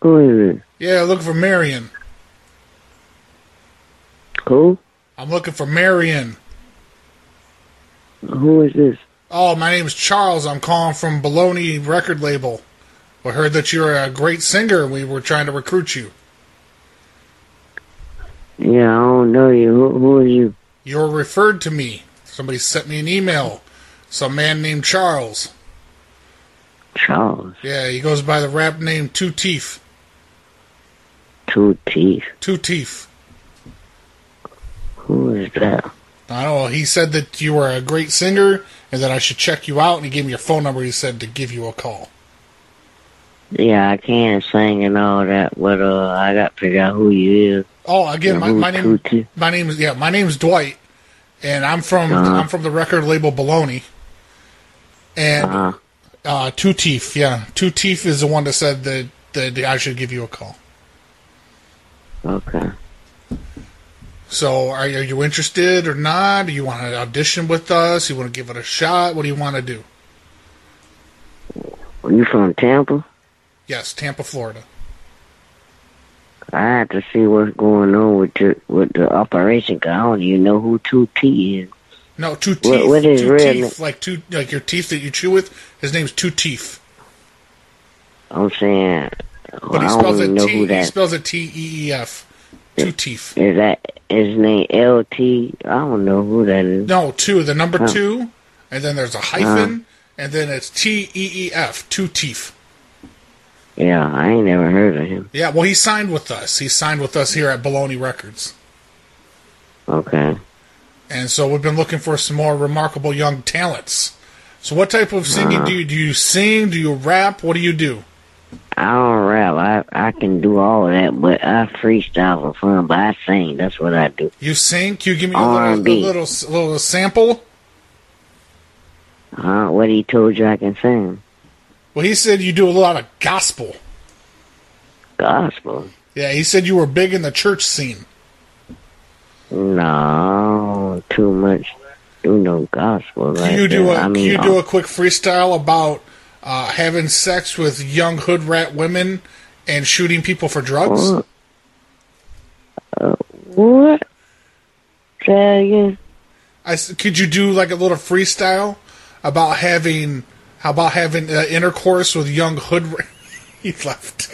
Who is it? Yeah, looking for Marion. Who? I'm looking for Marion. Who is this? Oh, my name's Charles. I'm calling from Baloney Record Label. We heard that you're a great singer. We were trying to recruit you. Yeah, I don't know you. Who, who are you? You were referred to me. Somebody sent me an email. Some man named Charles. Charles. Yeah, he goes by the rap name Two Teeth. Two teeth. Two Teeth. Who is that? I don't know. He said that you were a great singer and that I should check you out, and he gave me your phone number. He said to give you a call. Yeah, I can't sing and all that, but uh, I got to figure out who you is. Oh, and again, my, who my name Two teeth. my name is yeah my name's Dwight, and I'm from Uh-huh. I'm from the record label Baloney, and uh Uh, Two Teeth, yeah, Two Teeth is the one that said that, that I should give you a call. okay. So, are, you- are you interested or not? Do you want to audition with us? You want to give it a shot? What do you want to do? You from Tampa? Yes, Tampa, Florida. I have to see what's going on with the with the operation. 'cause I don't even know who Two T is. No, two teeth. What- what is two red? teeth, like two, like your teeth that you chew with. His name's Two Teeth, I'm saying, but he I don't spells even it know T. who He that is. spells it T E E F. Two Teeth. That his name L T. I don't know who that is. No, two. The number two, and then there's a hyphen, and then it's T E E F. Two Teeth. Yeah, I ain't never heard of him. Yeah. Well, he signed with us. He signed with us here at Baloney Records, Okay. and so we've been looking for some more remarkable young talents. So, what type of singing do you do? You sing? Do you rap? What do you do? I don't rap. I I can do all of that, but I freestyle for fun. But I sing. That's what I do. You sing? Can you give me a little, a R&B. little, a little sample? Huh? What he told you I can sing? Well, he said you do a lot of gospel. Gospel. Yeah, he said you were big in the church scene. No, too much. Do no gospel. Can Right you do there. a I can mean, uh, you do a quick freestyle about uh, having sex with young hood rat women and shooting people for drugs? What? Uh, what? Say again? I s could you do like a little freestyle about having how about having uh, intercourse with young hood? Ra- he left.